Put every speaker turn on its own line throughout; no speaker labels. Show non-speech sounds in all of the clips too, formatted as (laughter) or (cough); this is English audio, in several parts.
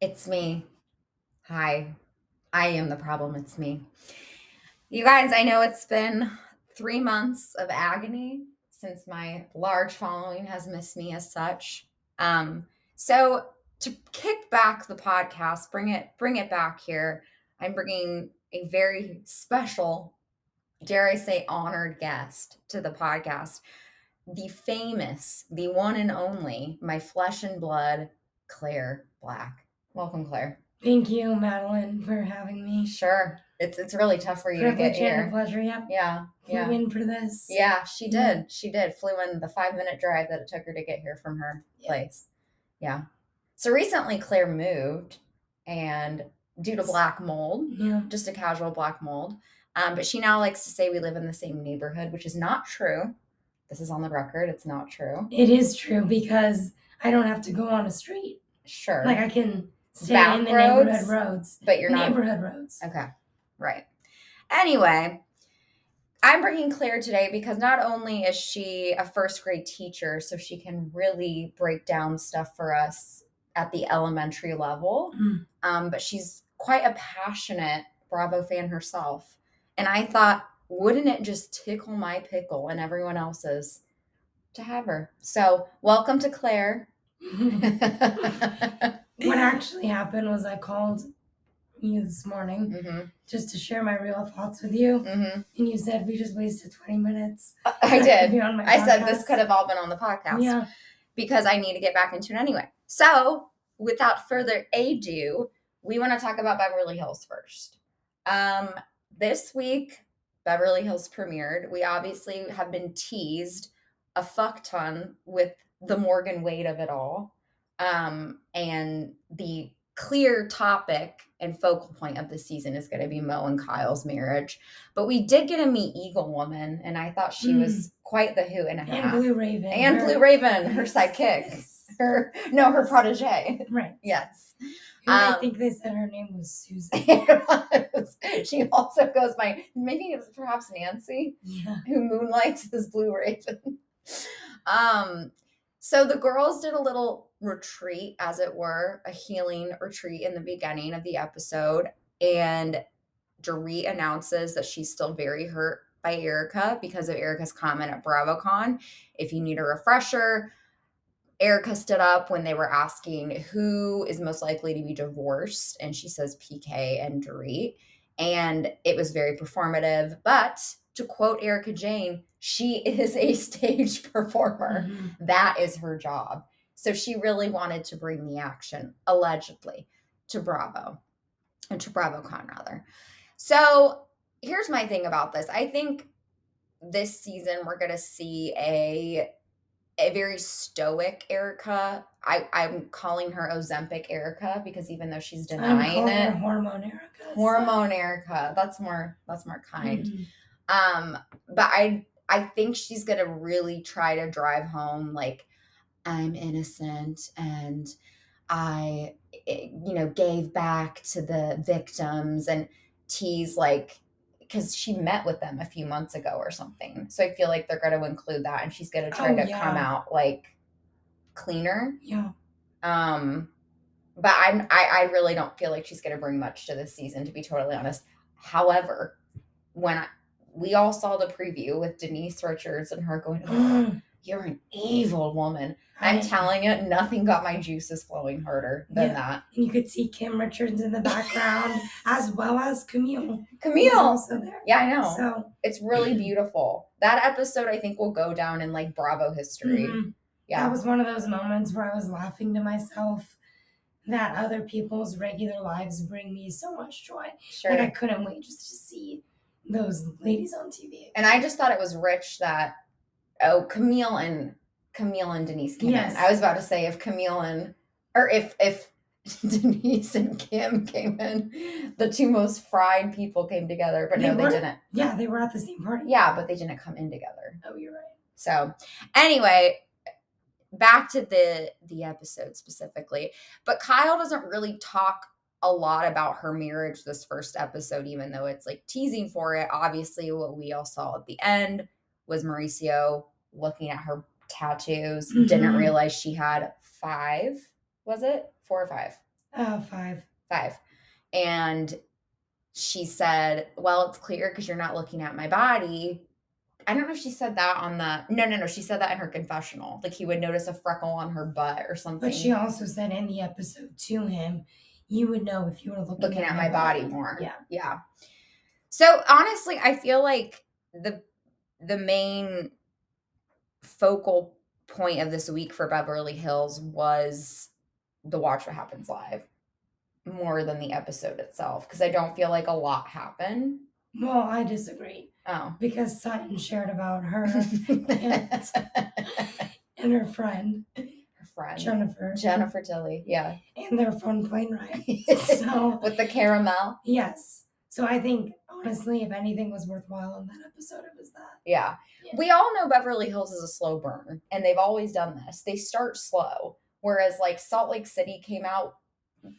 It's me. Hi. I am the problem. It's me. You guys, I know it's been three months of agony since my large following has missed me as such. Um, so to kick back the podcast, bring it bring it back here. I'm bringing a very special, dare I say, honored guest to the podcast. The famous, the one and only, my flesh and blood, Claire Black. Welcome, Claire.
Thank you, Madeline, for having me.
Sure. It's it's really tough for you to get
Privilege and a
here.
pleasure. Yep.
Yeah.
Yeah.
Yeah.
Flew in for this.
Yeah, she
Yeah.
did. She did. Flew in the five minute drive that it took her to get here from her
Yeah.
place. Yeah. So recently Claire moved and due to black mold,
Yeah.
just a casual black mold. Um, but she now likes to say we live in the same neighborhood, which is not true. This is on the record. It's not true.
It is true because I don't have to go on a street.
Sure.
Like I can stay
Back
in the
roads?
neighborhood roads.
but you're not.
neighborhood roads.
(laughs) Okay. Right. Anyway, I'm bringing Claire today because not only is she a first grade teacher, so she can really break down stuff for us at the elementary level,
Mm.
um, but she's quite a passionate Bravo fan herself. And I thought, wouldn't it just tickle my pickle and everyone else's to have her? So, welcome to
(laughs)
Claire. Mhm.
what actually happened was I called you this morning just to share my real thoughts with you,
Mhm.
and you said we just wasted 20 minutes.
(laughs) I
(laughs)
did.
On my
I said this
podcast."
could have all been on the podcast.
Yeah.
because I need to get back into it anyway. So, without further ado, we want to talk about Beverly Hills first. Um, this week, Beverly Hills premiered. We obviously have been teased a fuck ton with the Morgan Wade of it all, um, and the clear topic and focal point of the season is going to be Mo and Kyle's marriage. But we did get to meet Eagle Woman, and I thought she was quite the hoot and a half
And Blue Raven.
and
her-
Blue Raven, her
Yes,
sidekick,
yes.
her no, her protege.
Right.
Yes,
Who I
Um,
think they said her name was Susan.
(laughs) she also goes by maybe it's perhaps Nancy,
yeah.
who moonlights as Blue Raven. Um, so the girls did a little retreat, as it were, a healing retreat in the beginning of the episode, and Dorit announces that she's still very hurt by Erica because of Erica's comment at BravoCon. If you need a refresher, Erica stood up when they were asking who is most likely to be divorced, and she says PK and Dorit. And it was very performative. But to quote Erica Jane, she (laughs) is a stage performer
Mhm.
that is her job. So she really wanted to bring the action, allegedly, to Bravo and to BravoCon rather. So here's my thing about this. I think this season we're gonna see a a very stoic Erica. I, I'm calling her Ozempic Erica because even though she's
I'm
denying
calling her
it,
hormone Erica. so-
hormone Erica. That's more that's more kind.
Mhm.
Um, but I I think she's gonna really try to drive home like I'm innocent and I eh, you know gave back to the victims and tease like because she met with them a few months ago or something. So I feel like they're gonna include that and she's gonna try
Oh,
to
yeah.
come out like cleaner.
Yeah.
Um but I'm I, I really don't feel like she's gonna bring much to this season to be totally honest. However, when I, we all saw the preview with Denise Richards and her going,
(gasps)
"Oh,
Mm.
"You're an evil woman," I'm
I-
telling you, nothing got my juices flowing harder than
And you could see Kim Richards in
(laughs)
the background as well as Camille.
that.
was
Camille,
also there.
yeah, I know
So
it's
(clears throat)
really beautiful. That episode, I think, will go down in like Bravo history.
mhm.
Yeah,
that was one of those moments where I was laughing to myself that other people's regular lives bring me so much joy.
sure.
Like I couldn't wait just to see those ladies on TV.
and I just thought it was rich that oh Camille and Camille and Denise came
Yes.
in. I was about to say if Camille and or if if (laughs) Denise and Kim came in, the two most fried people came together, but
They
no, they
were?
didn't.
Yeah, they were at the same party.
Mm-hmm. Yeah, but they didn't come in together.
Oh, you're right.
So anyway, back to the the episode specifically. But Kyle doesn't really talk a lot about her marriage this first episode, even though it's like teasing for it. Obviously, what we all saw at the end was Mauricio looking at her tattoos, didn't
Mhm.
realize she had five, was it? Four or five?
Oh, five.
Five. And she said, Well, it's clear because you're not looking at my body. I don't know if she said that on the no no no she said that in her confessional like he would notice a freckle on her butt or something
But she also said in the episode to him, you would know if you were looking,
looking at my body more.
Yeah.
Yeah. So honestly, I feel like the the main focal point of this week for Beverly Hills was the Watch What Happens Live more than the episode itself because I don't feel like a lot happened.
Well, I disagree
Oh.
because Sutton shared
(laughs)
about her and, and her (laughs) friend,
Her friend.
Jennifer,
Jennifer Tilly. Yeah.
and their fun plane
(laughs)
ride. so,
With the caramel.
yes. So I think, honestly, if anything was worthwhile in that episode, it was that.
Yeah.
Yeah.
We all know Beverly Hills is a slow burn, and they've always done this. They start slow, whereas like Salt Lake City came out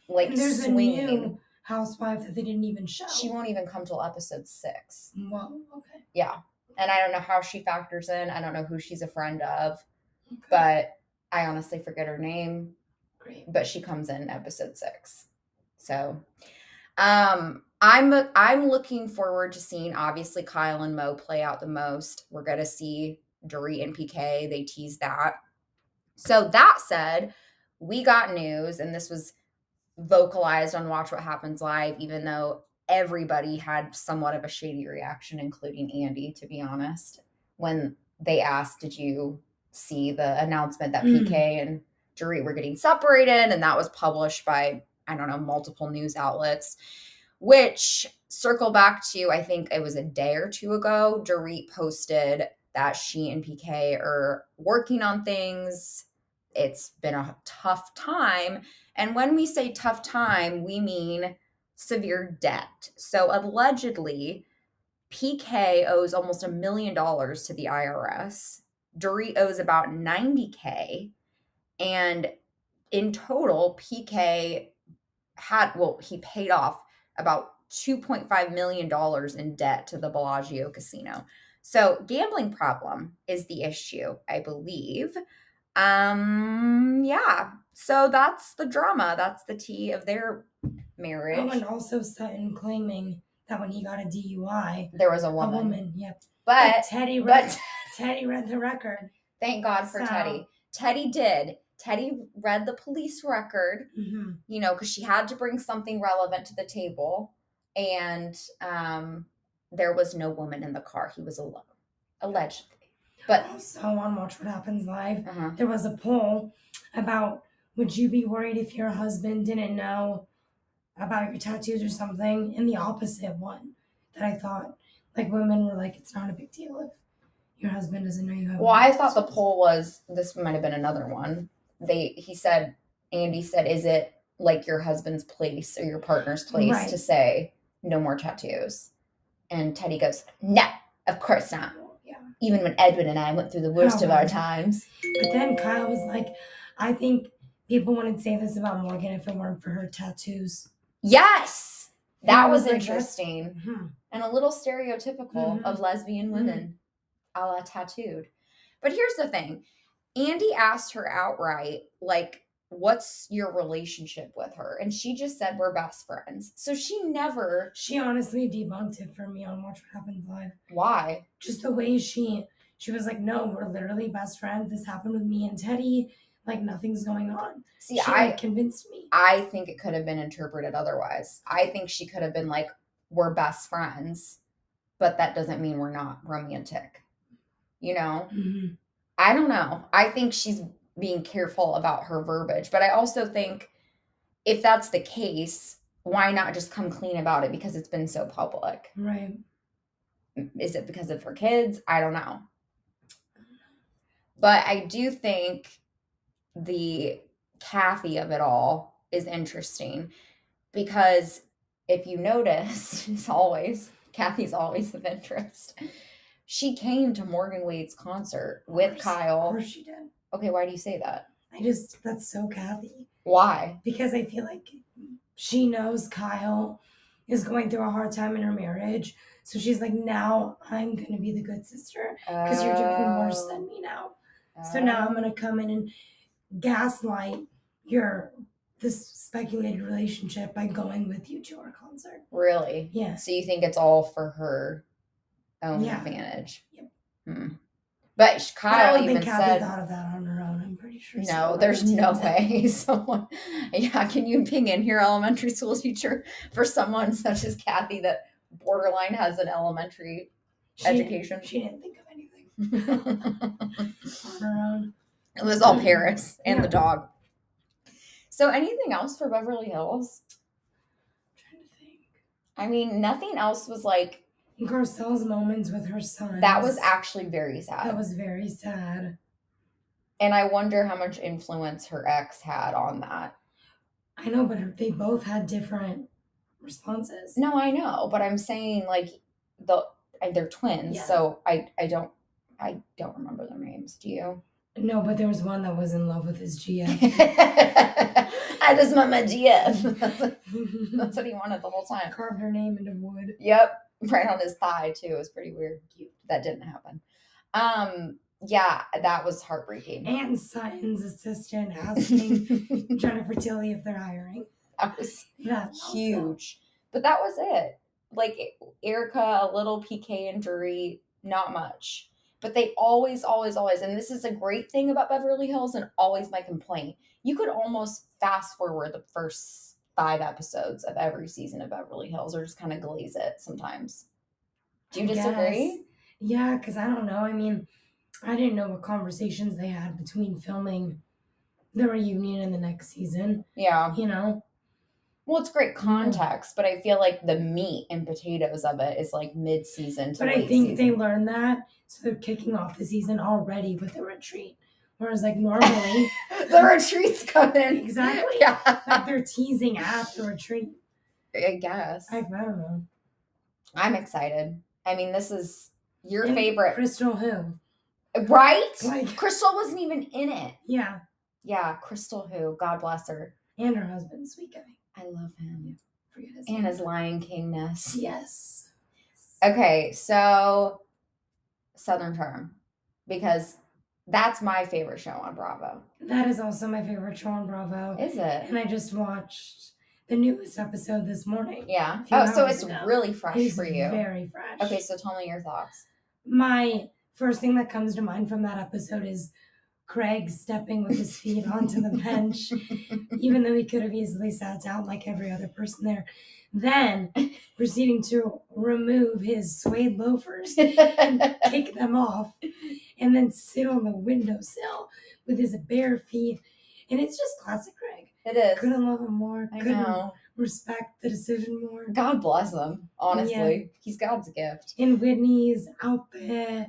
like
And there's a
swinging.
new housewife that they didn't even show.
She won't even come till episode six.
Whoa, okay.
Yeah. And I don't know how she factors in. I don't know who she's a friend of,
okay.
but I honestly forget her name,
Great.
but she comes in episode six. So um I'm I'm looking forward to seeing obviously Kyle and Mo play out the most. We're gonna see Dory and PK. They tease that. So that said, we got news, and this was vocalized on Watch What Happens Live, even though everybody had somewhat of a shady reaction, including Andy, to be honest, when they asked, Did you see the announcement that
Mm.
PK and Dory were getting separated? And that was published by, I don't know, multiple news outlets, which circle back to, I think it was a day or two ago, Dorit posted that she and PK are working on things. It's been a tough time. And when we say tough time, we mean severe debt. So allegedly, PK owes almost a million dollars to the IRS. Dory owes about 90K. And in total, PK had, well, he paid off about $2.5 million in debt to the Bellagio casino. So gambling problem is the issue, I believe. Um yeah. So that's the drama. That's the tea of their marriage.
Oh, and also Sutton claiming that when he got a DUI,
there was a
a
woman.
woman, yep.
But
Teddy read,
but
(laughs) Teddy read the record. (laughs)
thank God for
So-
Teddy. Teddy did. Teddy read the police record,
Mm-hmm.
you know, cuz she had to bring something relevant to the table and um there was no woman in the car. He was alone. Allegedly.
(gasps)
But
Also on Watch What Happens Live,
uh-huh.
there was a poll about would you be worried if your husband didn't know about your tattoos or something? And the opposite one that I thought, like women were like, it's not a big deal if your husband doesn't know you have.
Well, I
tattoos."
thought the poll was this might have been another one. They he said Andy said, is it like your husband's place or your partner's place
Right.
to say no more tattoos? And Teddy goes, No, of course not.
Yeah.
Even when Edwin and I went through the worst
Oh,
of our
wow.
times.
But then Kyle was like, I think people wouldn't say this about Morgan if it weren't for her tattoos.
Yes.
And I
That was
like, that's-
interesting.
Mhm.
And a little stereotypical of lesbian
Mhm.
women, a la tattooed. But here's the thing. Andy asked her outright, like, what's your relationship with her? And she just said, we're best friends. So she never,
She honestly debunked it for me on Watch What Happens Live.
why?
Just the way she she was like, No, we're literally best friends. This happened with me and Teddy. Like nothing's going on.
See,
she
I,
like, convinced me.
I think it could have been interpreted otherwise. I think she could have been like, we're best friends, but that doesn't mean we're not romantic. You know?
Mhm.
I don't know. I think she's being careful about her verbiage, but I also think if that's the case, why not just come clean about it because it's been so public?
Right.
Is it because of her kids? I don't know. But I do think the Kathy of it all is interesting because if you notice, (laughs) as always, Kathy's always of interest. She came to Morgan Wade's concert with
Of course-
Kyle.
Of course she did.
Okay, why do you say that?
I just that's so Kathy.
Why?
Because I feel like she knows Kyle is going through a hard time in her marriage. So she's like, now I'm going to be the good sister because you're doing
Oh,
worse than me now. So now I'm going to come in and gaslight your this speculated relationship by going with you to our concert.
Really?
Yes.
So you think it's all for her own
Yeah.
advantage?
Yep.
Hmm. But sh-
But I
Kyle
don't
even
think Kathy
said,
thought of that on her own. I'm pretty sure.
"No,
someone
there's
on the
no
(laughs) team did.
way (laughs) someone." Yeah, can you ping in here, elementary school teacher, for someone such as Kathy that borderline has an elementary (laughs)
She didn't-
education?
she didn't think of anything
it
on her own.
was all Paris and the
Yeah.
dog. So, anything else for Beverly Hills?
trying to think.
I mean, nothing else was like
Garcelle's moments with her son.
that. Was actually very sad.
that was very sad.
And I wonder how much influence her ex had on that.
I know, but her- they both had different responses.
No, I know, but I'm saying like the I- they're twins,
Yeah.
so I I don't I don't remember their names. Do you?
No, but there was one that was in love with his GF.
(laughs) I just met my GF. That's- (laughs) That's what he wanted the whole time.
(laughs) Carved her name into wood.
Yep, right on his thigh too. It was pretty weird.
Cute.
That didn't happen. Um, yeah, that was heartbreaking.
And Sutton's assistant
(laughs)
asking Jennifer Tilly if they're hiring.
that was
That also-
huge. But that was it. Like Erica, a little PK injury, not much. But they always, always, always, and this is a great thing about Beverly Hills and always my complaint. You could almost fast forward the first five episodes of every season of Beverly Hills or just kind of glaze it sometimes. Do you
I guess.
disagree?
Yeah, because I don't know. I mean, I didn't know what conversations they had between filming the reunion and the next season.
Yeah.
You know,
Well, it's great context, but I feel like the meat and potatoes of it is like mid season to
but I
late
think
season.
they learned that, so they're kicking off the season already with a retreat. Whereas,
(laughs)
like normally,
the retreats come in
Exactly.
(laughs) Yeah,
like they're teasing at the retreat.
I guess
I, I don't know.
I, am excited. I mean, this is your
And
favorite, uh,
Crystal who?
right?
Like,
Crystal wasn't even in it.
yeah,
Yeah, Crystal, who God bless her,
and her husband, sweet guy.
I love him.
Forget his
And
name.
his Lion Kingness.
Yes.
Okay, so Southern Charm, because that's my favorite show on Bravo.
That is also my favorite show on Bravo.
Is it?
and I just watched the newest episode this morning.
Yeah.
Few
Oh, so
hours
it's
ago.
really fresh
It's
for you.
Very fresh.
Okay, so tell me your
(laughs)
thoughts.
My first thing that comes to mind from that episode is Craig stepping with his feet onto the
(laughs)
bench, even though he could have easily sat down like every other person there. Then proceeding to remove his suede
(laughs)
loafers, take them off, and then sit on the windowsill with his bare feet. And it's just classic Craig.
it is.
Couldn't love him more.
I
couldn't
know.
respect the decision more.
God bless him. Honestly, he's God's gift.
in Whitney's outfit,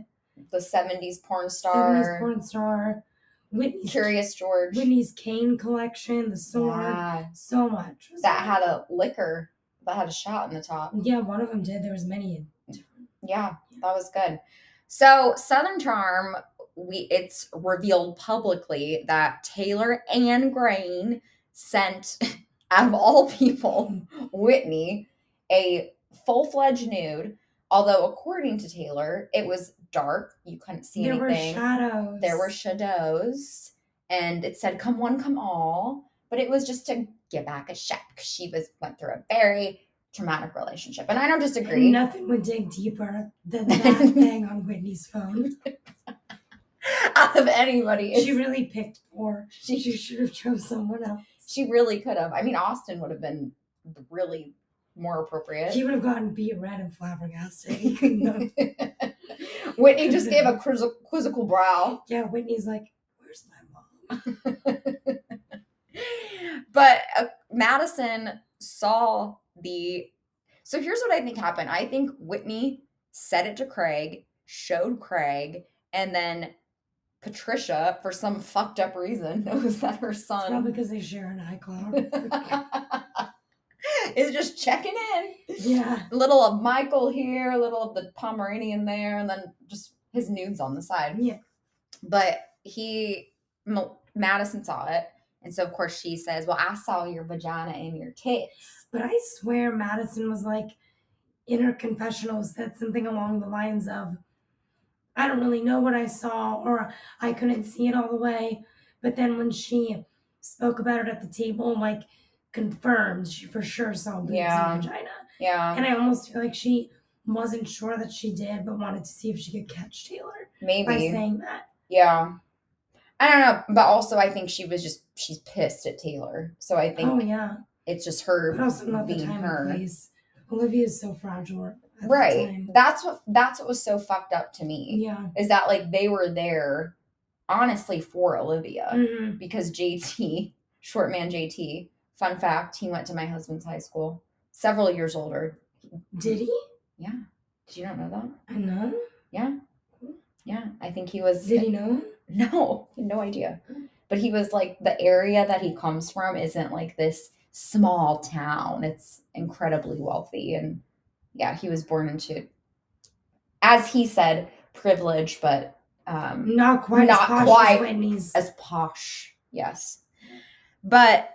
the 70s porn
70s
star,
porn star, Whitney's
Curious George.
Whitney's cane collection, the sword,
Yeah.
so much. was
That
on.
had a liquor that had a shot in the top.
yeah, one of them did. There was many. different-
Yeah, that was good. So Southern Charm, we it's revealed publicly that Taylor and Grain sent, (laughs) out of all
(laughs)
people, Whitney a full-fledged nude. Although according to Taylor, it was dark. You couldn't see
There were
anything.
shadows.
there were shadows and it said come one come all but it was just to get back a shot 'cause she was went through a very traumatic relationship and i don't
And
disagree
Nothing would dig deeper
(laughs)
than that thing on Whitney's phone.
out (laughs) of anybody
She
It's-
really picked poor. She, should have chose someone else.
she really could have i mean austin would have been really more appropriate
He would have gotten beat red and flabbergasted. (laughs) He couldn't have-
(laughs) whitney just gave
(laughs)
a quizzical, quizzical brow
yeah, Whitney's like, where's my mom?
but uh, madison saw the so here's what i think happened i think whitney said it to craig showed craig and then patricia for some fucked up reason (laughs) knows that her
It's
son (laughs)
probably because they share an iCloud.
is just checking in
yeah.
little of michael here little of the pomeranian there and then just his nudes on the side
Yeah.
but he M- madison saw it And so, of course, she says, Well, I saw your vagina and your tits.
But I swear Madison was like in her confessional said something along the lines of, I don't really know what I saw or I couldn't see it all the way. But then when she spoke about it at the table, like confirmed she for sure saw boobs
Yeah.
and vagina.
Yeah,
And I almost feel like she wasn't sure that she did, but wanted to see if she could catch Taylor by
maybe.
saying that.
Yeah. I don't know. But also, I think she was just, she's pissed at Taylor. So I think
Oh yeah.
it's just her
But also not the
being
time
her.
and place. Olivia is so fragile. at that
right
time.
that's what that's what was so fucked up to me
Yeah.
is that like they were there honestly for olivia
Mhm.
because jt short man jt fun fact he went to my husband's high school several years older
Did he?
yeah did you not know that
I know.
yeah i think he was
Did he know?
(laughs) no no idea but he was like the area that he comes from isn't like this small town it's incredibly wealthy and yeah he was born into as he said privileged but um
Not quite.
Not
as posh
quite.
As Whitney's.
as posh yes but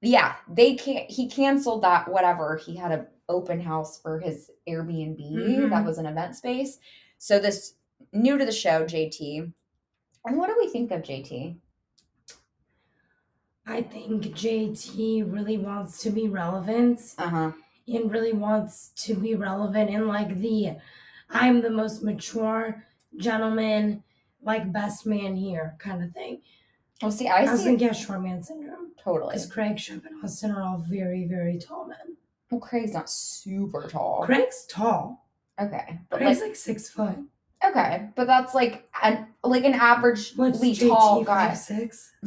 yeah they can't he canceled that whatever he had an open house for his airbnb that
Mhm.
was an event space so this new to the show jt and what do we think of jt
I think JT really wants to be relevant
uh-huh
and really wants to be relevant in like the I'm the most mature gentleman, like best man here kind of thing.
well see
I,
i
was
see
gonna get short man syndrome
totally
because Craig, Shep, and Austin are all very, very tall men.
well craig's not super tall
Craig's tall.
okay but
Craig's
like
like, six foot.
okay but that's like an like an average
What's JT?
tall guy
five six.
(laughs)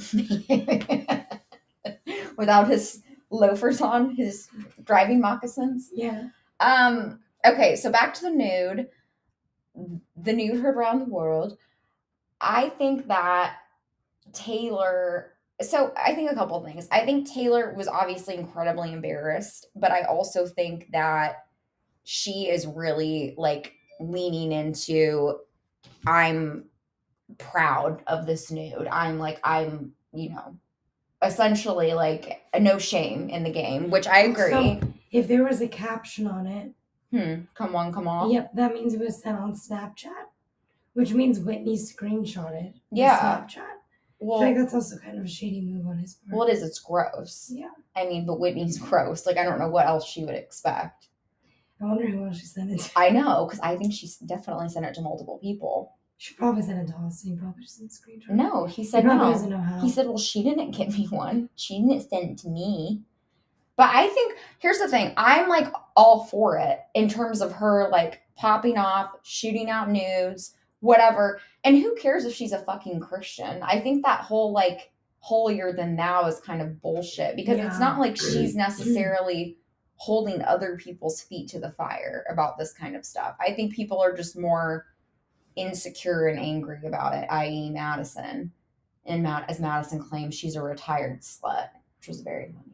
without his loafers on, his driving moccasins.
Yeah.
Um. Okay, so back to the nude. The nude heard around the world. I think that Taylor. So I think a couple of things. I think Taylor was obviously incredibly embarrassed, but I also think that she is really like leaning into I'm proud of this nude. I'm like I'm, you know, essentially like no shame in the game, which I agree.
So, if there was a caption on it,
Hmm. Come on, come on.
Yep, that means it was sent on Snapchat, which means Whitney screenshotted. the
Yeah.
Snapchat. I
Well,
feel like that's also kind of a shady move on his part.
well, it is. It's gross.
Yeah.
I mean, but Whitney's gross. Like, I don't know what else she would expect.
I wonder who else she sent it to. (laughs)
I know, because I think she's definitely sent it to multiple people.
She probably sent it to Austin. He probably just sent a screenshot.
No, he
he
said
probably
no.
doesn't know how.
He said, well, she didn't (laughs) give me one. She didn't send it to me. But I think, here's the thing I'm like all for it in terms of her like popping off, shooting out nudes, whatever. And who cares if she's a fucking Christian? I think that whole like holier than thou is kind of bullshit because it's
Yeah.
not like she's necessarily holding other people's feet to the fire about this kind of stuff. I think people are just more insecure and angry about it, i.e., Madison. And Mad- as Madison claims, she's a retired slut, which was very funny.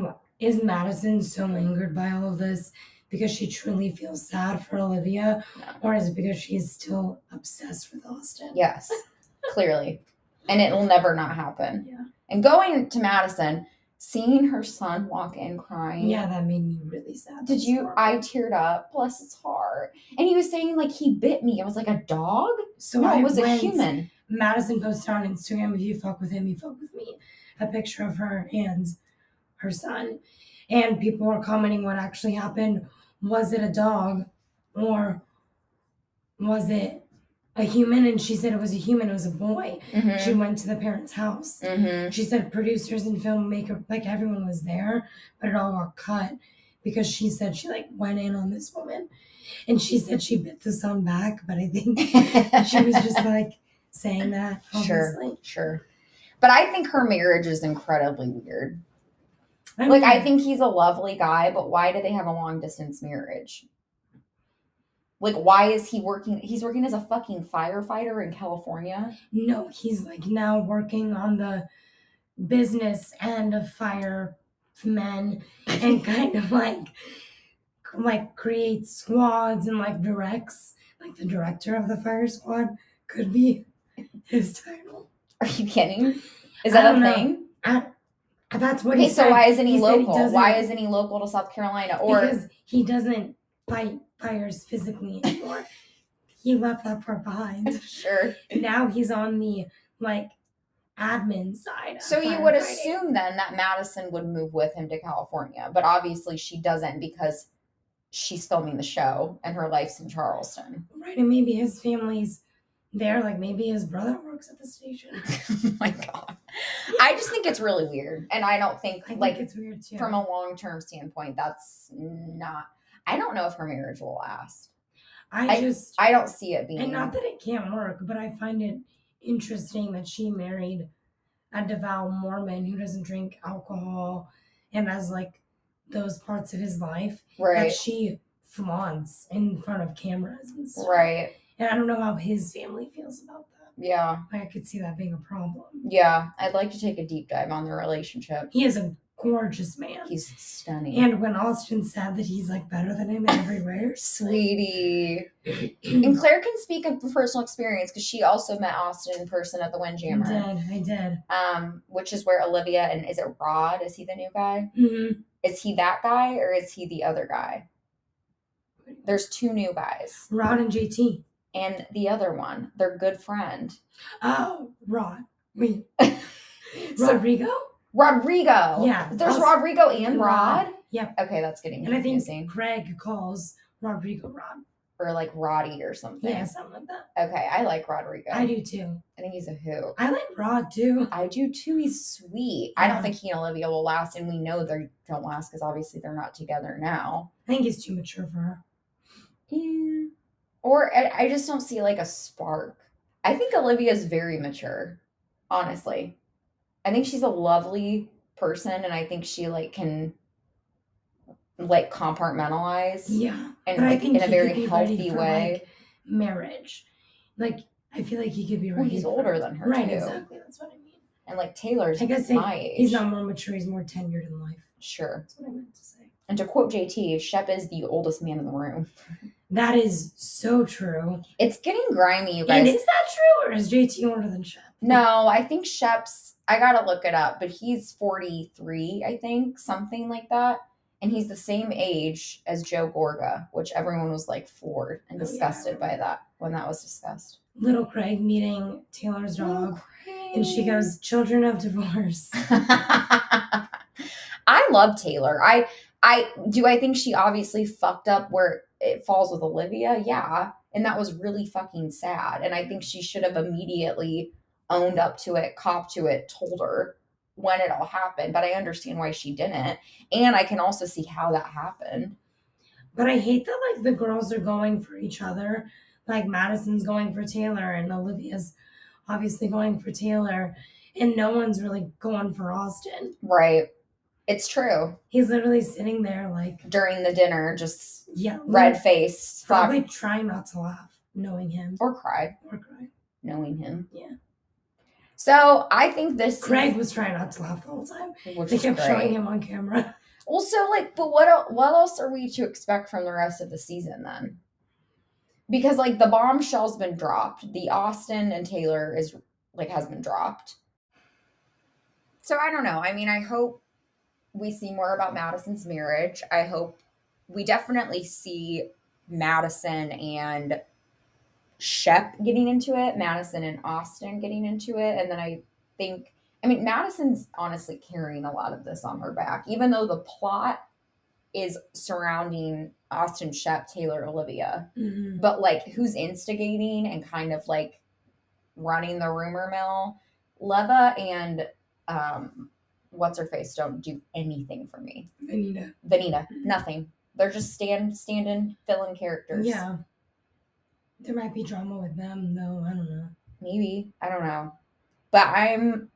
Mm, Is Madison so angered by all of this because she truly feels sad for Olivia,
No.
or is it because she's still obsessed with Austin?
Yes,
(laughs)
clearly. And it will never not happen.
Yeah.
And going to Madison, seeing her son walk in crying.
Yeah, that made me really sad.
Did
That's
you?
horrible.
I teared up. Bless his heart. And he was saying like he bit me. I was like a dog.
So
No,
I
it was a
went-
human.
Madison posted on Instagram, if you fuck with him, you fuck with me, a picture of her and her son. And people were commenting what actually happened. Was it a dog or was it a human? And she said it was a human, it was a boy. She went to the parents' house.
Mm-hmm.
She said producers and filmmaker, like everyone was there, but it all got cut because she said she like went in on this woman. And she said she bit the son back, but I think
(laughs)
she was just like saying that.
Sure.
Obviously.
(laughs) sure. But I think her marriage is incredibly weird.
I
Like I
mean,
think he's a lovely guy, but why do they have a long distance marriage? Like why is he working? He's working as a fucking firefighter in California.
no, he's like now working on the business end of firemen and kind of like like creates squads and like directs like the director of the fire squad could be his title.
Are you kidding? Is
I
that a
don't know.
thing?
I, that's what
Okay,
he
so
said.
why isn't he,
He said he
local? why
doesn't-
isn't he local to South Carolina? Or
because he doesn't fight fires physically anymore. he left that part behind. (laughs)
sure.
Now he's on the like admin side. of
So you would
firefighting.
assume then that Madison would move with him to California, but obviously she doesn't because she's filming the show and her life's in Charleston.
right? And maybe his family's there. Like maybe his brother works at the station.
oh (laughs) my god. I just think it's really weird. And I don't think
I think
like
it's weird too.
from a long term standpoint, that's not I don't know if her marriage will last.
I
I-
just
I don't see it being
and not that it can't work, but I find it interesting that she married a devout Mormon who doesn't drink alcohol and has like those parts of his life
right.
that she flaunts in front of cameras and stuff.
Right.
And I don't know how his family feels about that.
Yeah.
Like I could see that being a problem.
Yeah. I'd like to take a deep dive on their relationship.
He is a gorgeous man.
He's stunning.
and when Austin said that he's like better than him everywhere, (clears throat)
Sweetie.
Mm.
and Claire can speak of personal experience because she also met Austin in person at the
I
Windjammer,
did. I did.
um, which is where Olivia and is it Rod? Is he the new guy?
Mhm.
Is he that guy or is he the other guy? There's two new guys
Rod and JT.
and the other one, their good friend,
Oh, Rod. Wait,
So-
Rodrigo.
Rodrigo.
Yeah,
there's
Aus-
Rodrigo and
and
Rod.
Rod. Yep.
Okay, that's getting
And I think
confusing.
Craig calls Rodrigo Rod.
or like Roddy or something.
Yeah, something like that.
Okay, I like Rodrigo.
I do too.
I think he's a who.
I like Rod too.
I do too. He's sweet. I don't
Yeah.
think he and Olivia will last, and we know they don't last because obviously they're not together now.
I think he's too mature for her.
Yeah. Or I, I just don't see like a spark. I think Olivia's very mature, honestly. I think she's a lovely person, and I think she like can like compartmentalize
Yeah.
and
but I
like in
think
a
he could
very
be ready
healthy
for,
way.
like, marriage. Like I feel like he could be ready.
well, he's
for-
older than her
right?
too,
Exactly. That's what I mean.
and like Taylor's
I guess they-
my age.
He's not more mature. He's more tenured in life.
sure.
That's what I meant to say.
And to quote JT, Shep is the oldest man in the room.
That is so true.
It's getting grimy, you guys.
And is that true, or is JT older than Shep?
No, I think Shep's. I gotta look it up, but he's forty three, I think, something like that, and he's the same age as Joe Gorga, which everyone was like floored and
Oh, yeah.
disgusted by that when that was discussed.
Little Craig meeting Taylor's dog, and she goes, "Children of divorce." (laughs)
(laughs) I love Taylor. I I do I think she obviously fucked up where it falls with Olivia. Yeah. And that was really fucking sad. And I think she should have immediately owned up to it, copped to it, told her when it all happened. But I understand why she didn't. And I can also see how that happened.
But I hate that like the girls are going for each other. Like Madison's going for Taylor and Olivia's obviously going for Taylor and no one's really going for Austin.
Right. It's true.
He's literally sitting there like
During the dinner, just
yeah,
red
like,
face,
probably
fuck,
trying not to laugh, knowing him
or cried,
or cry.
knowing him.
Yeah.
So I think this
Craig was trying not to laugh the whole time.
which
They
is
kept
great.
showing him on camera. (laughs)
Also, like, but what el- what else are we to expect from the rest of the season then? Because like the bombshell's been dropped, the Austin and Taylor is like has been dropped. So I don't know. I mean, I hope we see more about Madison's marriage. I hope we definitely see Madison and Shep getting into it, Madison and Austin getting into it, and then I think I mean, Madison's honestly carrying a lot of this on her back, even though the plot is surrounding Austin Shep, Taylor, Olivia.
Mhm.
But like, who's instigating and kind of like running the rumor mill? Leva and um, what's her face don't do anything for me.
Anita.
Vanita, nothing. They're just stand standing, filling characters.
Yeah. There might be drama with them though. I don't know.
maybe i don't know but i'm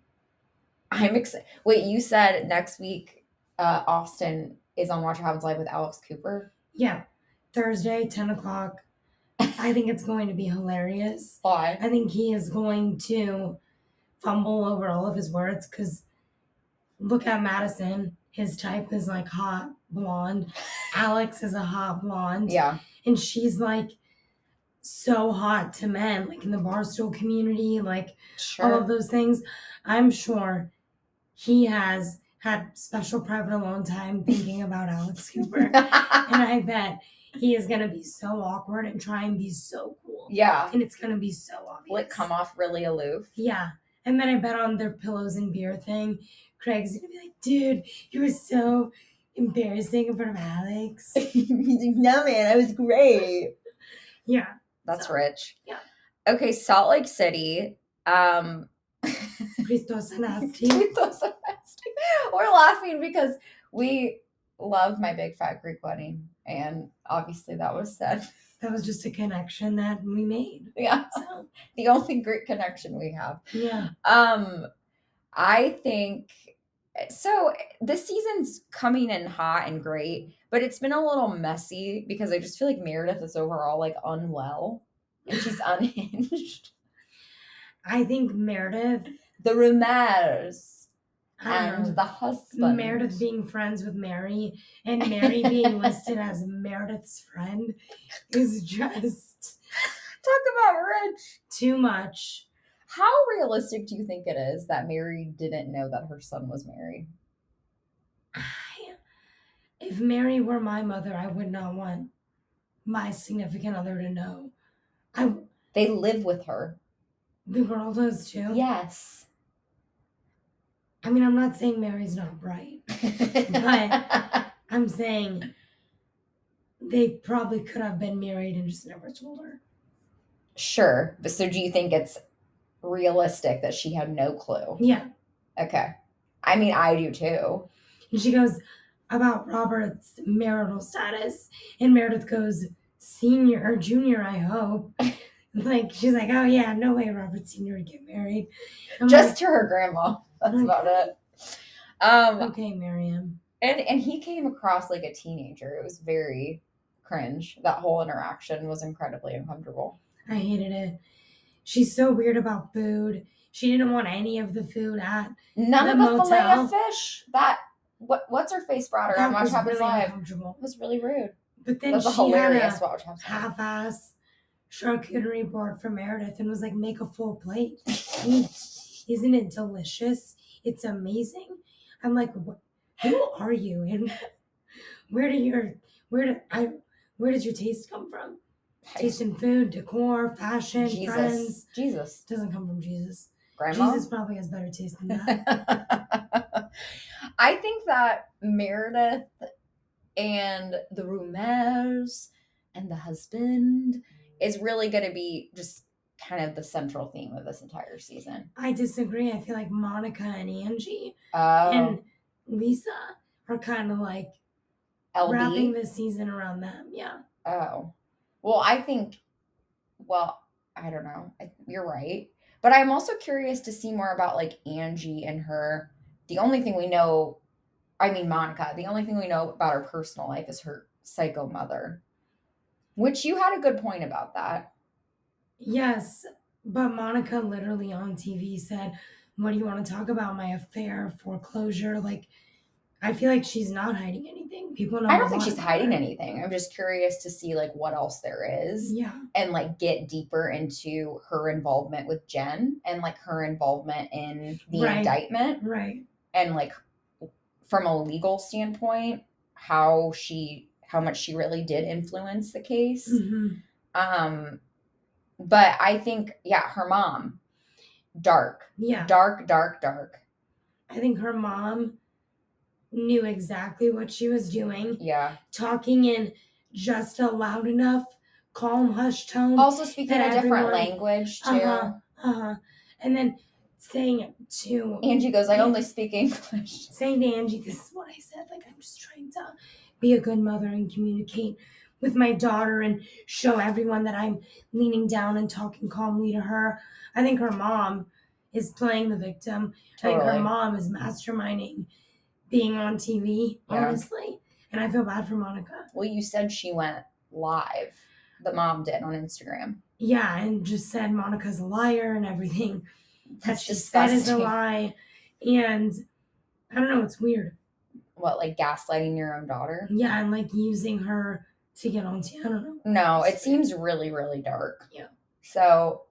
i'm excited wait you said next week uh austin is on watch what happens live with alex cooper
Yeah. Thursday, 10 o'clock. I think it's going to be hilarious.
why
I think he is going to fumble over all of his words because look at Madison. His type is like hot blonde. Alex is a hot blonde.
yeah
And she's like so hot to men, like in the barstool community, like all
sure
of those things. I'm sure he has had special private alone time thinking about Alex
(laughs)
Cooper.
Um,
and I bet he is gonna be so awkward and try and be so cool.
yeah.
And it's gonna be so obvious.
Will it come off really aloof?
Yeah. And then I bet on their pillows and beer thing, Craig's gonna be like, dude, you were so embarrassing in front of
(laughs)
Alex.
He's like, (laughs) no, man, that was great.
yeah.
That's
So,
rich.
yeah.
Okay, Salt Lake City. Um
Christos
(laughs)
and Asti.
we thought so fast. We're laughing because we love my big fat Greek wedding. And obviously that was said.
That was just a connection that we made. (laughs)
Yeah.
So
(laughs) The only Greek connection we have.
yeah.
Um I think so this season's coming in hot and great, but it's been a little messy because I just feel like Meredith is overall like unwell and
(laughs)
she's unhinged.
I think Meredith
The rumors.
I don't know,
and the husband.
Meredith being friends with Mary and Mary being listed as Meredith's friend is just
Talk about rich.
too much.
How realistic do you think it is that Mary didn't know that her son was married?
I, if Mary were my mother, I would not want my significant other to know. I
They live with her.
the girl does too.
Yes.
I mean, I'm not saying Mary's not bright.
(laughs)
I'm saying they probably could have been married and just never told her.
sure. But so do you think it's realistic that she had no clue?
Yeah.
Okay. I mean, I do too.
And she goes about Robert's marital status. And Meredith goes, senior or junior, I hope. like she's like, Oh yeah, no way Robert Senior would get married. I'm
Just to her grandma. (laughs) That's
Okay.
about it.
like,
Um,
okay, Miriam.
and and he came across like a teenager. It was very cringe. That whole interaction was incredibly uncomfortable.
I hated it. She's so weird about food. She didn't want any of the food at
None
The
of the fillet
motel.
of fish. That what what's her face brought her
that
on Watch
was
Happens
really
Live.
uncomfortable.
It was really rude.
But
That
then
was a
she
hilarious
had
Watch Happens
a
Live.
half-ass charcuterie board for Meredith and was like, make a full plate. meat. Isn't it delicious? It's amazing. I'm like, wh- who are you, and where do your where do I where does your taste come from? Taste in food, decor, fashion,
Jesus,
friends.
Jesus,
Doesn't come from Jesus.
Grandma.
Jesus probably has better taste
(laughs)
than that.
I think that Meredith and the rumors and the husband is really going to be just kind of the central theme of this entire season.
I disagree. I feel like Monica and Angie
Oh,
and Lisa are kind of like
LB.
wrapping this season around them. Yeah.
Oh, well, I think, well, I don't know. I, you're right. But I'm also curious to see more about like Angie and her. The only thing we know, I mean, Monica, the only thing we know about her personal life is her psycho mother, which you had a good point about that.
Yes, but Monica literally on TV said, What do you want to talk about? My affair, foreclosure. Like, I feel like she's not hiding anything. People know.
I
a
don't think
lot
she's
about
hiding
her.
anything. I'm just curious to see like what else there is.
Yeah.
and like get deeper into her involvement with Jen and like her involvement in the
Right.
indictment
Right.
and like from a legal standpoint how she how much she really did influence the case
Mhm.
um but i think yeah her mom dark
Yeah.
dark dark dark
I think her mom knew exactly what she was doing,
yeah
talking in just a loud enough, calm, hushed tone.
also speaking
That
a different
Mm. everyone-
language too
Uh-huh. Uh-huh. And then saying it to
angie goes i only speak english
saying to Angie, this is what I said. Like, I'm just trying to be a good mother and communicate with my daughter and show everyone that I'm leaning down and talking calmly to her. I think her mom is playing the victim. I think
Totally.
her mom is masterminding being on TV,
Yeah.
honestly. And I feel bad for Monica.
well you said she went live the mom did on instagram
Yeah, and just said Monica's a liar and everything that
that's
she said is a
disgusting
lie. And I don't know, it's weird.
what like gaslighting your own daughter
Yeah, and like using her to get onto, I don't know.
no it seems really really dark
Mm. Yeah.
so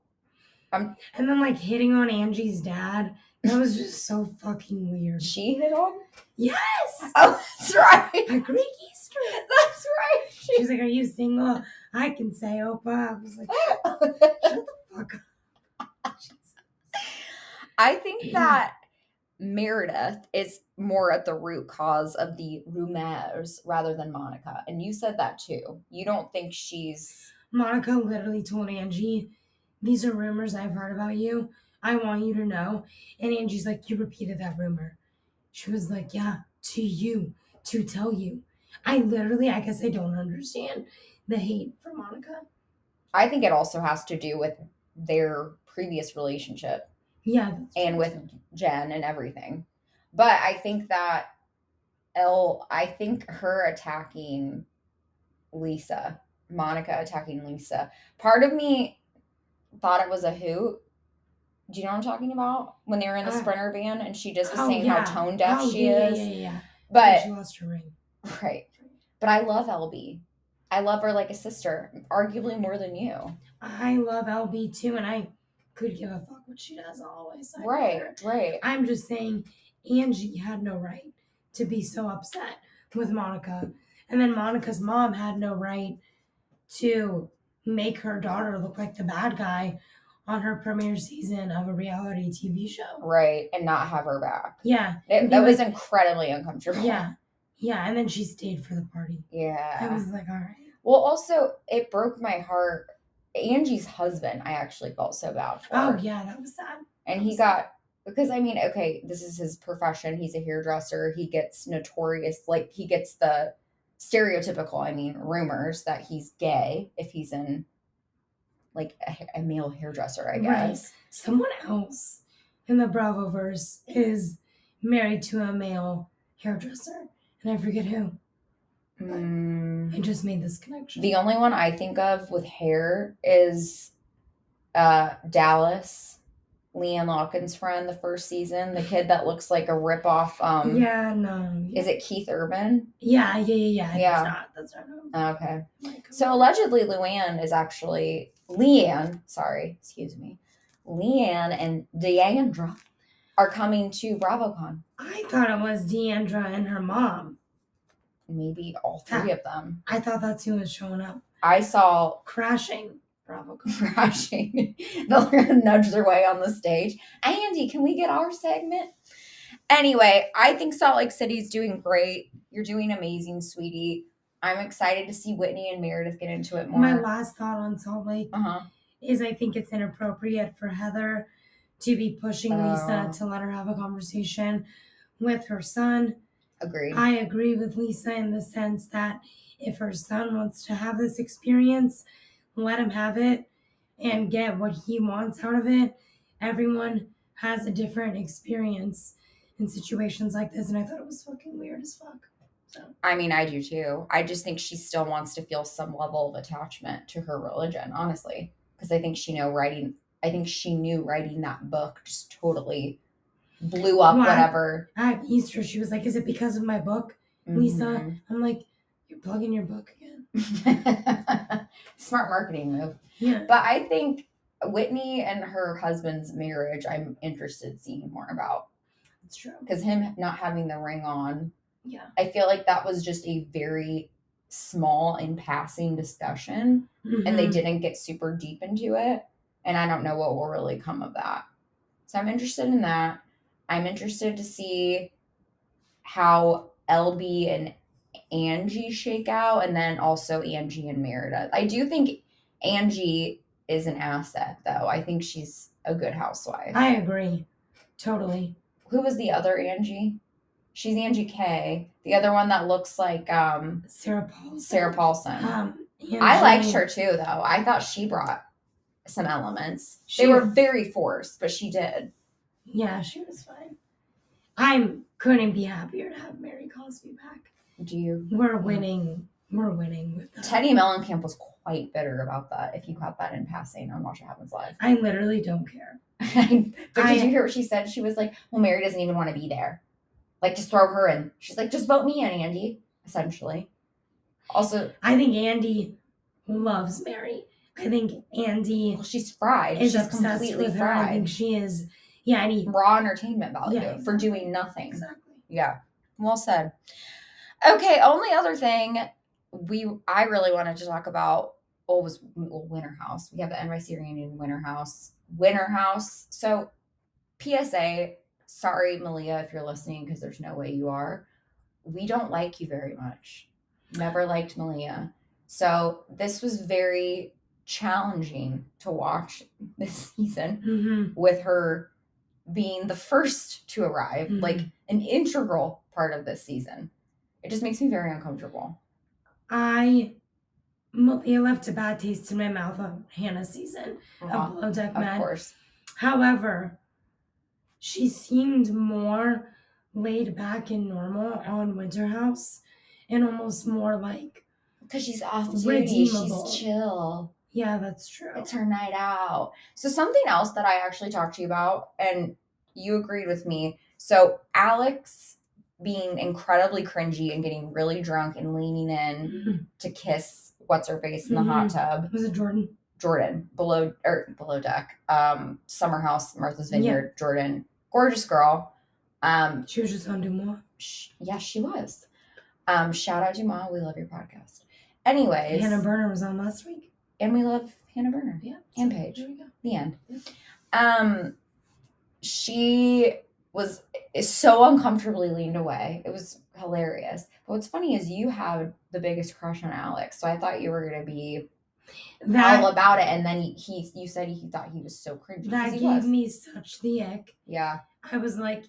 And then like hitting on Angie's dad That was just so fucking weird.
She hit on?
Yes!
Oh, that's right. (laughs)
A Greek Easter.
That's right. She- (laughs)
She's like, Are you single? I can say Opa. I was like, Fuck.
I think that Meredith is more at the root cause of the rumors rather than Monica. And you said that too. You don't think she's
Monica literally told Angie, These are rumors I've heard about you. I want you to know. And Angie's like, You repeated that rumor. She was like, Yeah, to you, to tell you. I literally, I guess I don't understand the hate for Monica.
I think it also has to do with their previous relationship.
Yeah. that's
and
right.
with Jen and everything. But I think that Elle, I think her attacking Lisa, Monica attacking Lisa, part of me thought it was a hoot. Do you know what I'm talking about? When they were in the
Uh,
Sprinter band and she just was
Oh,
saying
yeah.
how tone deaf
Oh,
she
yeah,
is.
Yeah, yeah, yeah.
But
she lost her ring.
right. But I love LB. I love her like a sister, arguably more than you.
I love LB too, and I could give a fuck what she does always. I love
Right,
her.
right.
I'm just saying, Angie had no right to be so upset with Monica. And then Monica's mom had no right to make her daughter look like the bad guy on her premiere season of a reality TV show.
Right. And not have her back.
Yeah,
That,
And
that
be
was
like-
incredibly uncomfortable.
yeah, yeah. And then she stayed for the party.
Yeah.
I was like, all right.
Well, also, it broke my heart. Angie's husband, I actually felt so bad for.
Oh, yeah, that was sad.
And he got, because I mean, okay, this is his profession. He's a hairdresser. He gets notorious, like, he gets the stereotypical, I mean, rumors that he's gay if he's in, like, a, ha- a male hairdresser, I
Right.
guess.
someone else in the Bravo verse is married to a male hairdresser, and I forget who.
Mm.
I just made this connection.
The only one I think of with hair is uh, Dallas, Leanne Lawkins' friend, the first season, the kid that looks like a ripoff. Um,
yeah, no.
Is it Keith Urban?
Yeah, yeah, yeah, yeah.
Yeah.
That's not. That's not. who-
Okay.
like,
So allegedly, Luann is actually Leanne. Sorry, excuse me. Leanne and Deandra are coming to BravoCon.
I thought it was Deandra and her mom.
Maybe all three of them.
I thought that's who was showing up,
I saw
crashing.
(laughs)
Bravo.
crashing. They'll nudge their way on the (laughs) stage. Andy, can we get our segment? Anyway, I think Salt Lake City's doing great. You're doing amazing, sweetie. I'm excited to see Whitney and Meredith get into it more.
My last thought on Salt Lake
uh-huh.
is I think it's inappropriate for Heather to be pushing Lisa
Oh.
to let her have a conversation with her son.
Agreed.
I agree with Lisa in the sense that if her son wants to have this experience, let him have it and get what he wants out of it. Everyone has a different experience in situations like this, and I thought it was fucking weird as fuck. So
I mean, I do too. I just think she still wants to feel some level of attachment to her religion, honestly, because I think she know writing. I think she knew writing that book just totally blew up
Well, I-
whatever.
at Easter, she was like, Is it because of my book, Lisa?
Mhm.
I'm like, You're plugging your book again.
(laughs) Smart marketing move.
Yeah.
But I think Whitney and her husband's marriage, I'm interested seeing more about
That's true.
because him not having the ring on,
Yeah.
I feel like that was just a very small and passing discussion. and they
Mhm.
didn't get super deep into it. And I don't know what will really come of that. So I'm interested in that. I'm interested to see how LB and Angie shake out, and then also Angie and Meredith. I do think Angie is an asset, though. I think she's a good housewife.
I agree. Totally.
Who was the other Angie? She's Angie K. The other one that looks like um,
Sarah Paul.
Sarah
(gasps)
Paulson.
Um,
I liked
Angie-
her too, though. I thought she brought some elements.
She-
they were very forced, but she did.
Yeah, she was fine. I'm couldn't be happier to have Mary Cosby back.
Do you?
We're winning. We're winning with that.
Teddy Mellencamp was quite bitter about that. If you caught that in passing on Watch What Happens Live, (laughs)
I literally don't care.
but
I-
did you hear what she said? She was like, "Well, Mary doesn't even want to be there. Like, just throw her in." She's like, "Just vote me in, Andy." Essentially. Also,
I think Andy loves Mary. I think Andy
well, she's fried.
is
she's
obsessed
completely
with her. I
fried.
think she is Yeah, I need
raw entertainment value
Yeah,
for doing nothing.
exactly.
Yeah. Well said. Okay, only other thing we I really wanted to talk about oh, was Winter House. We have the NYC reunion in Winter House. Winter House. So PSA, sorry Malia if you're listening because there's no way you are. We don't like you very much. Never liked Malia. So this was very challenging to watch (laughs) this season
Mm-hmm.
with her being the first to arrive,
Mhm.
like an integral part of this season. It just makes me very uncomfortable.
I Malia left a bad taste in my mouth on Hannah's season
Uh,
of Below Deck
of
Men.
course.
However, she seemed more laid back and normal on Winter House, and almost more like,
Because she's off duty.
Redeemable.
She's chill.
yeah, that's true.
It's her night out. So, something else that I actually talked to you about, and you agreed with me. So, Alex being incredibly cringy and getting really drunk and leaning in
Mhm.
to kiss what's her face in the hot tub.
Was it Jordan?
Jordan below or below deck, um, summer house, Martha's
Yeah.
Vineyard, Jordan, gorgeous girl. Um,
She was just on Dumois.
sh- yeah, she was. Um, shout out to Ma, we love your podcast. Anyways,
Hannah Burner was on last week.
and we love Hannah Burner.
Yeah.
And Paige.
There we go.
The end.
Yeah.
Um, she was so uncomfortably leaned away. It was hilarious. But what's funny is you had the biggest crush on Alex, so I thought you were gonna be
That,
all about it. And then he, he you said he thought he was so cringy. 'cause
that
he
gave
was.
me such the ick.
Yeah.
I was like,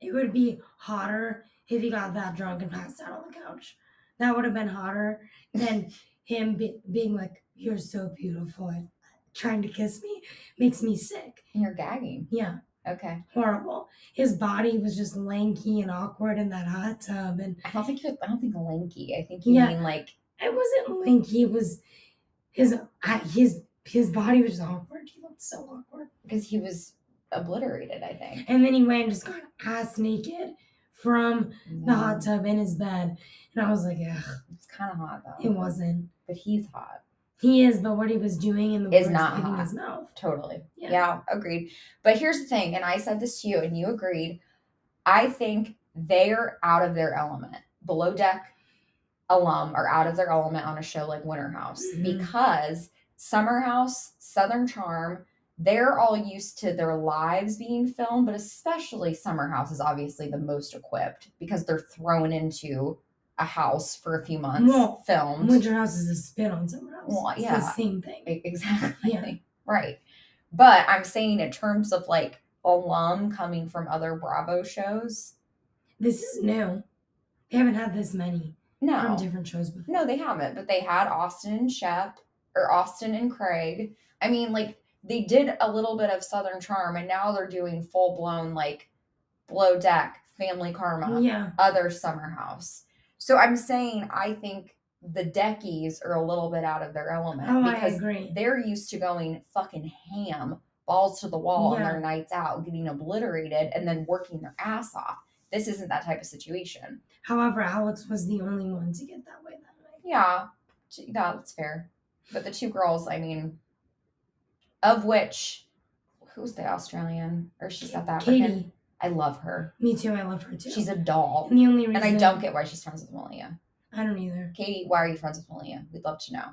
it would be hotter if he got that drunk and passed out on the couch. That would have been hotter than him be- being like, "You're so beautiful," and trying to kiss me makes me sick.
And you're gagging.
Yeah,
Okay.
horrible. His body was just lanky and awkward in that hot tub, and
I don't think you're I don't think lanky. I think you
Yeah.
mean like
it wasn't lanky. It was his I, his his body was just awkward. He looked so awkward.
because he was obliterated, I think.
And then he went and just got ass naked from the
Mm-hmm.
hot tub in his bed. And I was like, ugh,
Mm, It's kinda hot though.
it wasn't.
But he's hot.
He is, but what he was doing in the
Is
words
not
leaving
hot.
his mouth.
Totally.
Yeah.
yeah, agreed. But here's the thing, and I said this to you and you agreed. I think they're out of their element. Below deck alum are out of their element on a show like Winter House
Mhm.
because Summer House, Southern Charm, they're all used to their lives being filmed, but especially Summer House is obviously the most equipped because they're thrown into a house for a few months,
Well,
filmed.
Winter House is a spin on summer house.
Well,
It's
yeah.
the same thing.
E- Exactly.
Yeah.
Right. But I'm saying in terms of like alum coming from other Bravo shows,
This is new. They haven't had this many from
no.
different shows before.
No, they haven't. But they had Austin and Shep or Austin and Craig. I mean, like they did a little bit of Southern Charm and now they're doing full blown like blow deck, family karma,
Yeah.
other summer house. So I'm saying I think the deckies are a little bit out of their element
Oh, I
because
agree.
they're used to going fucking ham, balls to the wall on
Yeah.
their nights out, getting obliterated, and then working their ass off. This isn't that type of situation.
However, Alex was the only one to get that way that night.
Yeah, t- yeah, that's fair. But the two girls, I mean, of which, who's the Australian? Or she's South African?
Katie.
I love her.
Me too. I love her too.
She's a doll.
and the only reason
And I don't get why she's friends with Malia.
I don't either.
Katie, why are you friends with Malia? We'd love to know.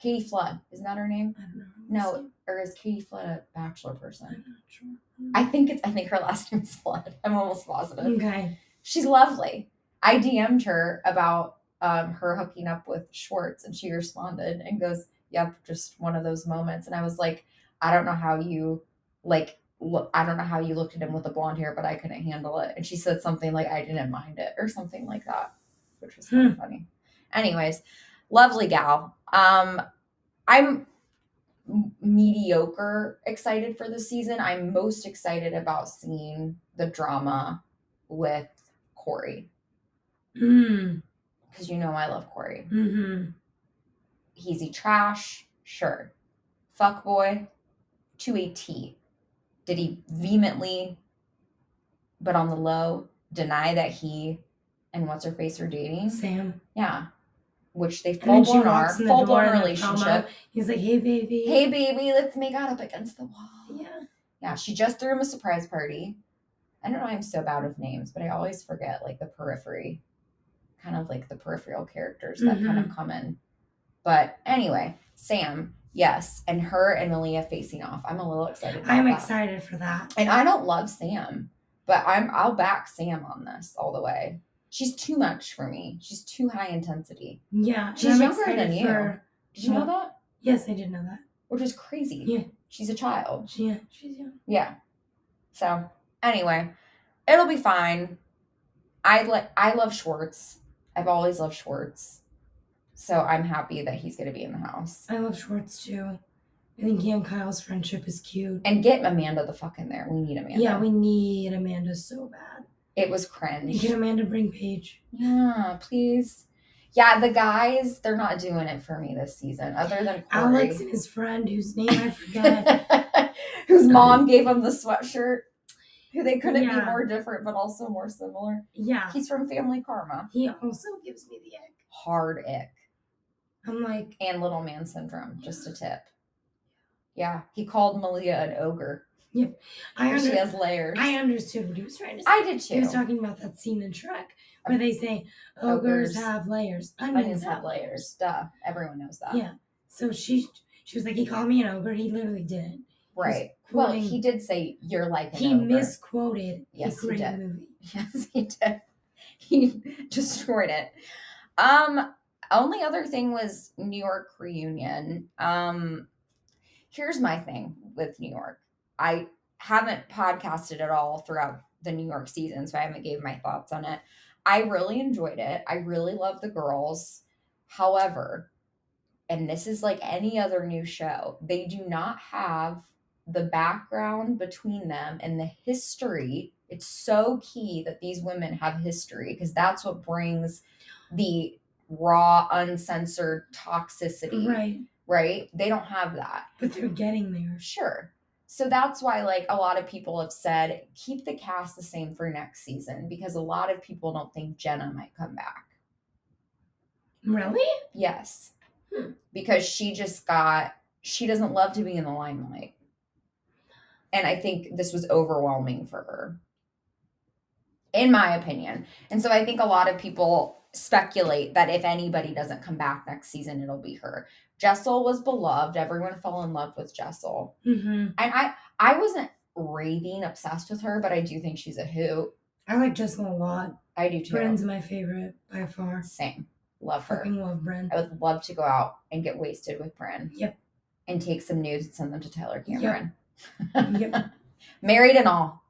Katie Flood, isn't that her name?
I don't know.
No. Or is Katie Flood a bachelor person?
I'm not sure.
I think it's I think her last name is Flood. I'm almost positive.
Okay.
She's lovely. I DM'd her about um, her hooking up with Schwartz and she responded and goes, Yep, just one of those moments. And I was like, I don't know how you like look I don't know how you looked at him with the blonde hair, but I couldn't handle it. And she said something like I didn't mind it or something like that, which was kind of funny. Anyways, lovely gal. Um I'm m- mediocre excited for this season. I'm most excited about seeing the drama with Corey
Mm.
because you know I love Corey.
Mm-hmm.
He's a trash, sure. Fuck boy, to a T. Did he vehemently, but on the low, deny that he and what's her face are dating?
Sam.
Yeah, which they
And
full
then she
blown are
walks in the
full
door
blown
in the promo.
relationship.
He's like, hey, baby.
Hey baby, let's make out up against the wall.
Yeah.
Yeah, she just threw him a surprise party. I don't know. I'm so bad with names, but I always forget like the periphery, kind of like the peripheral characters that kind
Mm-hmm.
of come in. But anyway, Sam, yes, and her and Malia facing off. I'm a little excited. about
I'm
that.
excited for that.
And I don't love Sam, but I'm I'll back Sam on this all the way. She's too much for me. She's too high intensity.
Yeah. and
She's
I'm
younger
excited
than you. Did you know
Well-
that?
Yes, I did know that.
Which is crazy.
Yeah.
She's a child.
She, yeah, she's young.
Yeah. So anyway, it'll be fine. I like I love Schwartz. I've always loved Schwartz. So I'm happy that he's gonna be in the house.
I love Schwartz too. I think he and Kyle's friendship is cute.
And get Amanda the fuck in there. We need Amanda.
Yeah, we need Amanda so bad.
it was
And
cringe.
can Amanda bring Paige?
Yeah, please. Yeah, the guys, they're not doing it for me this season, other than Corey. (laughs)
Alex and his friend, whose name I (laughs) forget.
whose mom gave him the sweatshirt, who they couldn't be
Yeah.
more different, but also more similar.
yeah.
He's from Family Karma.
He also gives me the ick.
Hard ick.
I'm like,
And little man syndrome, just a tip. Yeah, he called Malia an ogre.
I,
She
under-
has layers.
I understood what he was trying to say.
I did
he
too.
was talking about that scene in Shrek where they say
Ogres.
ogres, have layers,
Onions have layers. Duh. Everyone knows that.
Yeah. So she she was like, he called me an ogre. He literally didn't.
Right.
He's
Well,
quoting-
he did say you're like an
He
ogre.
misquoted
Yes, he
a great
did.
movie.
(laughs) Yes, he did. He (laughs) destroyed it. Um, only other thing was New York reunion. Um, here's my thing with New York. I haven't podcasted at all throughout the New York season, so I haven't gave my thoughts on it. I really enjoyed it. I really love the girls. However, and this is like any other new show, they do not have the background between them and the history. It's so key that these women have history because that's what brings the raw, uncensored toxicity,
Right.
right? They don't have that.
But they're getting there.
Sure. So that's why, like, a lot of people have said, keep the cast the same for next season because a lot of people don't think Jenna might come back.
Really?
Yes.
Hmm.
Because she just got, she doesn't love to be in the limelight. And I think this was overwhelming for her, in my opinion. And so I think a lot of people speculate that if anybody doesn't come back next season, it'll be her. Jessel was beloved. Everyone fell in love with Jessel.
Mm-hmm.
and I I wasn't raving obsessed with her, but I do think she's a hoot.
I like Jessel a lot.
I do too.
Bren's my favorite by far.
Same. Love her.
Fucking love Bren.
I would love to go out and get wasted with Bryn.
Yep.
And take some nudes and send them to Tyler
Yep.
Cameron.
(laughs) Yep.
Married and all,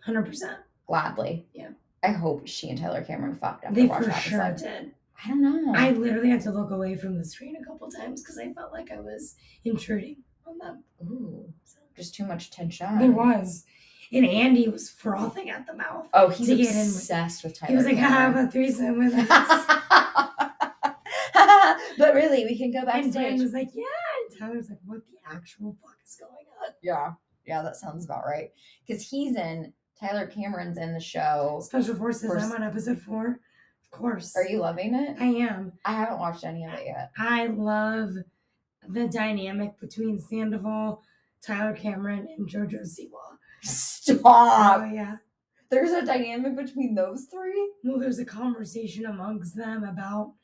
Hundred percent.
gladly.
Yeah.
I hope she and Tyler Cameron fucked after
They
Watch
for
That
sure
episode.
did.
I don't know.
I literally had to look away from the screen a couple times because I felt like I was intruding on them.
Ooh,
So,
just too much tension.
There was. And Andy was frothing at the mouth.
Oh, he's
To get in with-
obsessed with Tyler.
he was like, I have
Cameron.
a
(laughs)
threesome with us.
but really, we can go
and
backstage.
Bren was like, yeah. And Tyler was like, what the actual fuck is going on?
Yeah. Yeah, that sounds about right. Because he's in, Tyler Cameron's in the show.
Special Forces,
Force-
I'm on episode four. Of course.
Are you loving it?
I am.
I haven't watched any of it yet. (laughs)
I love the dynamic between Sandoval, Tyler Cameron, and JoJo Siwa.
Stop.
oh, yeah.
There's a dynamic between those three?
Well, there's a conversation amongst them about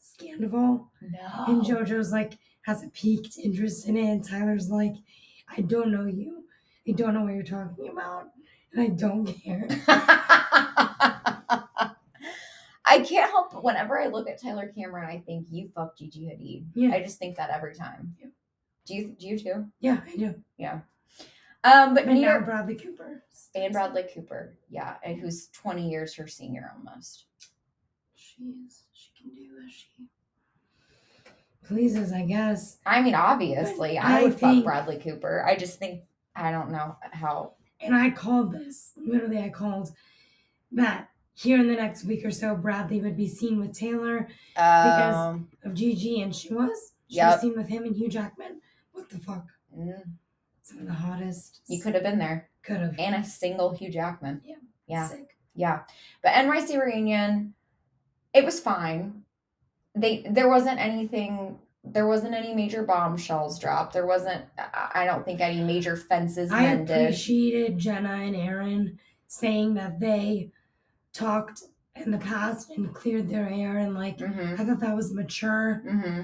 Sandoval.
No. (laughs)
And JoJo's like has a piqued interest in it. And Tyler's like, I don't know you. I don't know what you're talking about. And I don't care. (laughs)
I can't help but whenever I look at Tyler Cameron, I think you fuck Gigi Hadid.
Yeah.
I just think that every time.
Yeah.
Do you do you too?
Yeah, I do.
Um but
And
New
now
York
Bradley Cooper.
and Bradley Cooper, yeah, and who's twenty years her senior almost.
She's she can do as she pleases, I guess.
I mean, obviously, I,
I
would fuck
think-
Bradley Cooper. I just think I don't know how.
And I called this. Literally, I called that here in the next week or so, Bradley would be seen with Taylor Because-
Um,
of Gigi, and she was. She
Yep.
was seen with him and Hugh Jackman. What the fuck?
mm,
Some of the hottest.
you could have been there,
could have.
and a single Hugh Jackman.
Yeah.
yeah,
Sick.
yeah. But NYC reunion, it was fine. They there wasn't anything there wasn't any major bombshells dropped. There wasn't, I I don't think, any major fences
I
mended.
appreciated Jenna and Aaron saying that they talked in the past and cleared their air and like
hmm
I thought that was mature
hmm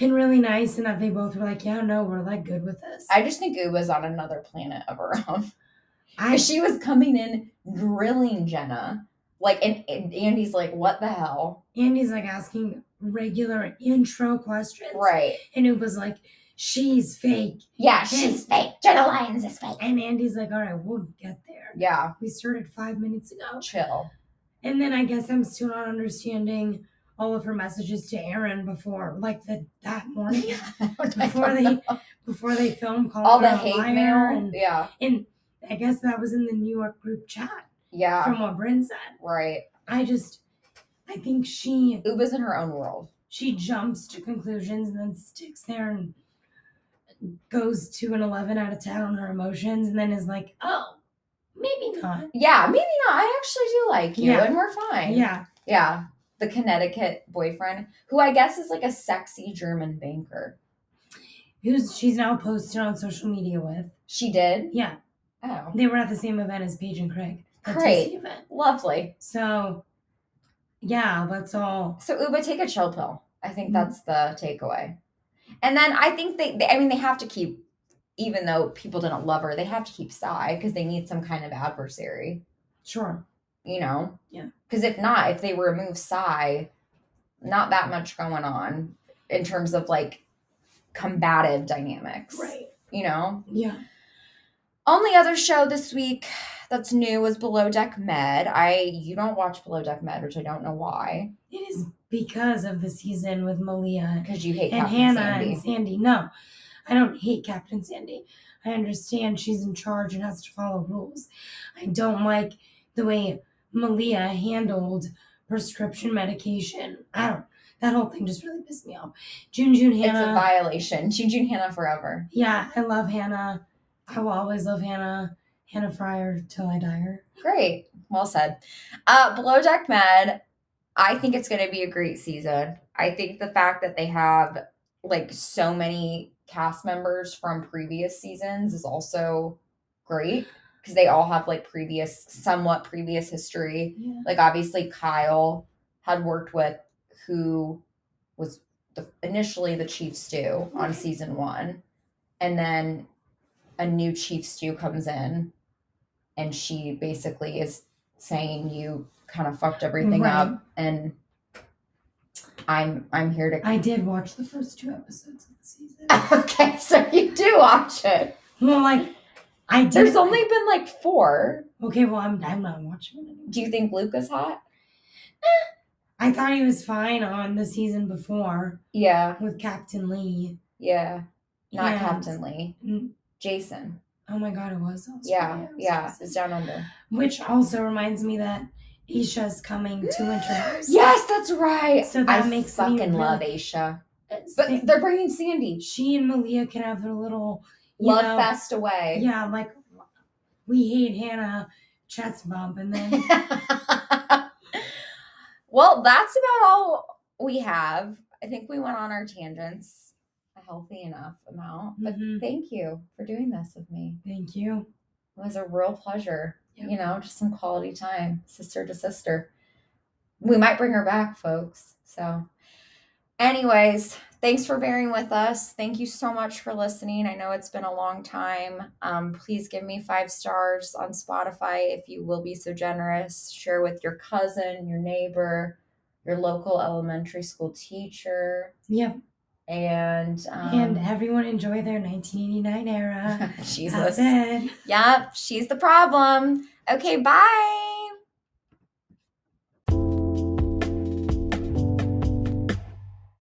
and really nice and that they both were like, Yeah, no, we're like good with this.
I just think Uba's on another planet of her own.
I
And she was coming in drilling Jenna. Like, and, and Andy's like, what the hell?
Andy's like asking regular intro questions.
Right.
And it was like, She's fake.
Yeah, she's fake. Jenna Lyons is fake.
And Andy's like, All right, we'll get there.
Yeah,
We started five minutes ago.
chill. (laughs)
And then I guess I'm still not understanding all of her messages to Aaron before, like the that morning (laughs) before they before they film call
all
her
the
a
hate
liar
mail.
and,
Yeah,
and I guess that was in the New York group chat
yeah,
from what Bryn said.
right.
I just I think she
Uba's in her own world.
she jumps to conclusions and then sticks there and goes to an eleven out of ten on her emotions and then is like, oh, maybe not.
Yeah, maybe not. I actually do like you,
Yeah.
and we're fine.
Yeah,
yeah. The Connecticut boyfriend, who I guess is like a sexy German banker.
who's she's now posted on social media with.
She did.
Yeah,
Oh,
they were at the same event as Paige and Craig. That
Great.
Disney event.
lovely.
So, yeah, let's all.
So Uba, take a chill pill. I think
Mhm.
that's the takeaway. And then I think they, they- I mean, they have to keep, even though people didn't love her, they have to keep Sai because they need some kind of adversary,
Sure.
you know?
Yeah.
Because if not, if they remove Sai, not that much going on in terms of like combative dynamics, you know?
Yeah.
Only other show this week that's new was Below Deck Med. I, you don't watch Below Deck Med, which I don't know why,
It is because of the season with Malia
because you hate
and
Captain
Hannah
Sandy.
and Sandy. No, I don't hate Captain Sandy. I understand she's in charge and has to follow rules. I don't like the way Malia handled prescription medication. I don't. That whole thing just really pissed me off. June, June, Hannah.
It's a violation. Jujun Hannah forever.
Yeah, I love Hannah. I will always love Hannah. Hannah Fryer till I die her.
Great. Well said. Uh, Below Deck Med, I think it's going to be a great season. I think the fact that they have like so many cast members from previous seasons is also great because they all have like previous, somewhat previous history.
Yeah.
Like obviously Kyle had worked with who was the, initially the chief stew on
Right.
season one, and then a new chief stew comes in, and she basically is saying you kind of fucked everything
Right.
up, and I'm I'm here to. (laughs)
I did watch the first two episodes of the season.
okay, so you do watch it.
well, like I did.
There's only been like four.
okay. Well, I'm I'm not watching it anymore.
Do you think Luke is hot?
I thought he was fine on the season before
Yeah,
with Captain Lee.
yeah. Not
and-
Captain Lee.
Mm,
Jason.
Oh my God, it was.
Yeah,
Australia. It was
yeah,
Jason.
it's down under.
Which also reminds me that Isha's coming
(gasps)
to Winter House.
Yes, that's right.
So that
I
makes me
fucking
really-
love Aisha,
It's-
but they're bringing Sandy.
she and Malia can have their little you
Love
know,
fest away.
Yeah, like we hate Hannah chest bump, and
(laughs)
then
well, that's about all we have. I think we went on our tangents a healthy enough amount. But
Mhm.
thank you for doing this with me.
thank you.
It was a real pleasure.
Yep.
You know, just some quality time, sister to sister. We might bring her back, folks. So, anyways, thanks for bearing with us. Thank you so much for listening. I know it's been a long time. Um, please give me five stars on Spotify if you will be so generous. Share with your cousin, your neighbor, your local elementary school teacher,
Yep,
and um,
and
(laughs)
everyone enjoy their 1989 era.
Jesus.
That's it.
Yep, she's the problem. Okay, bye.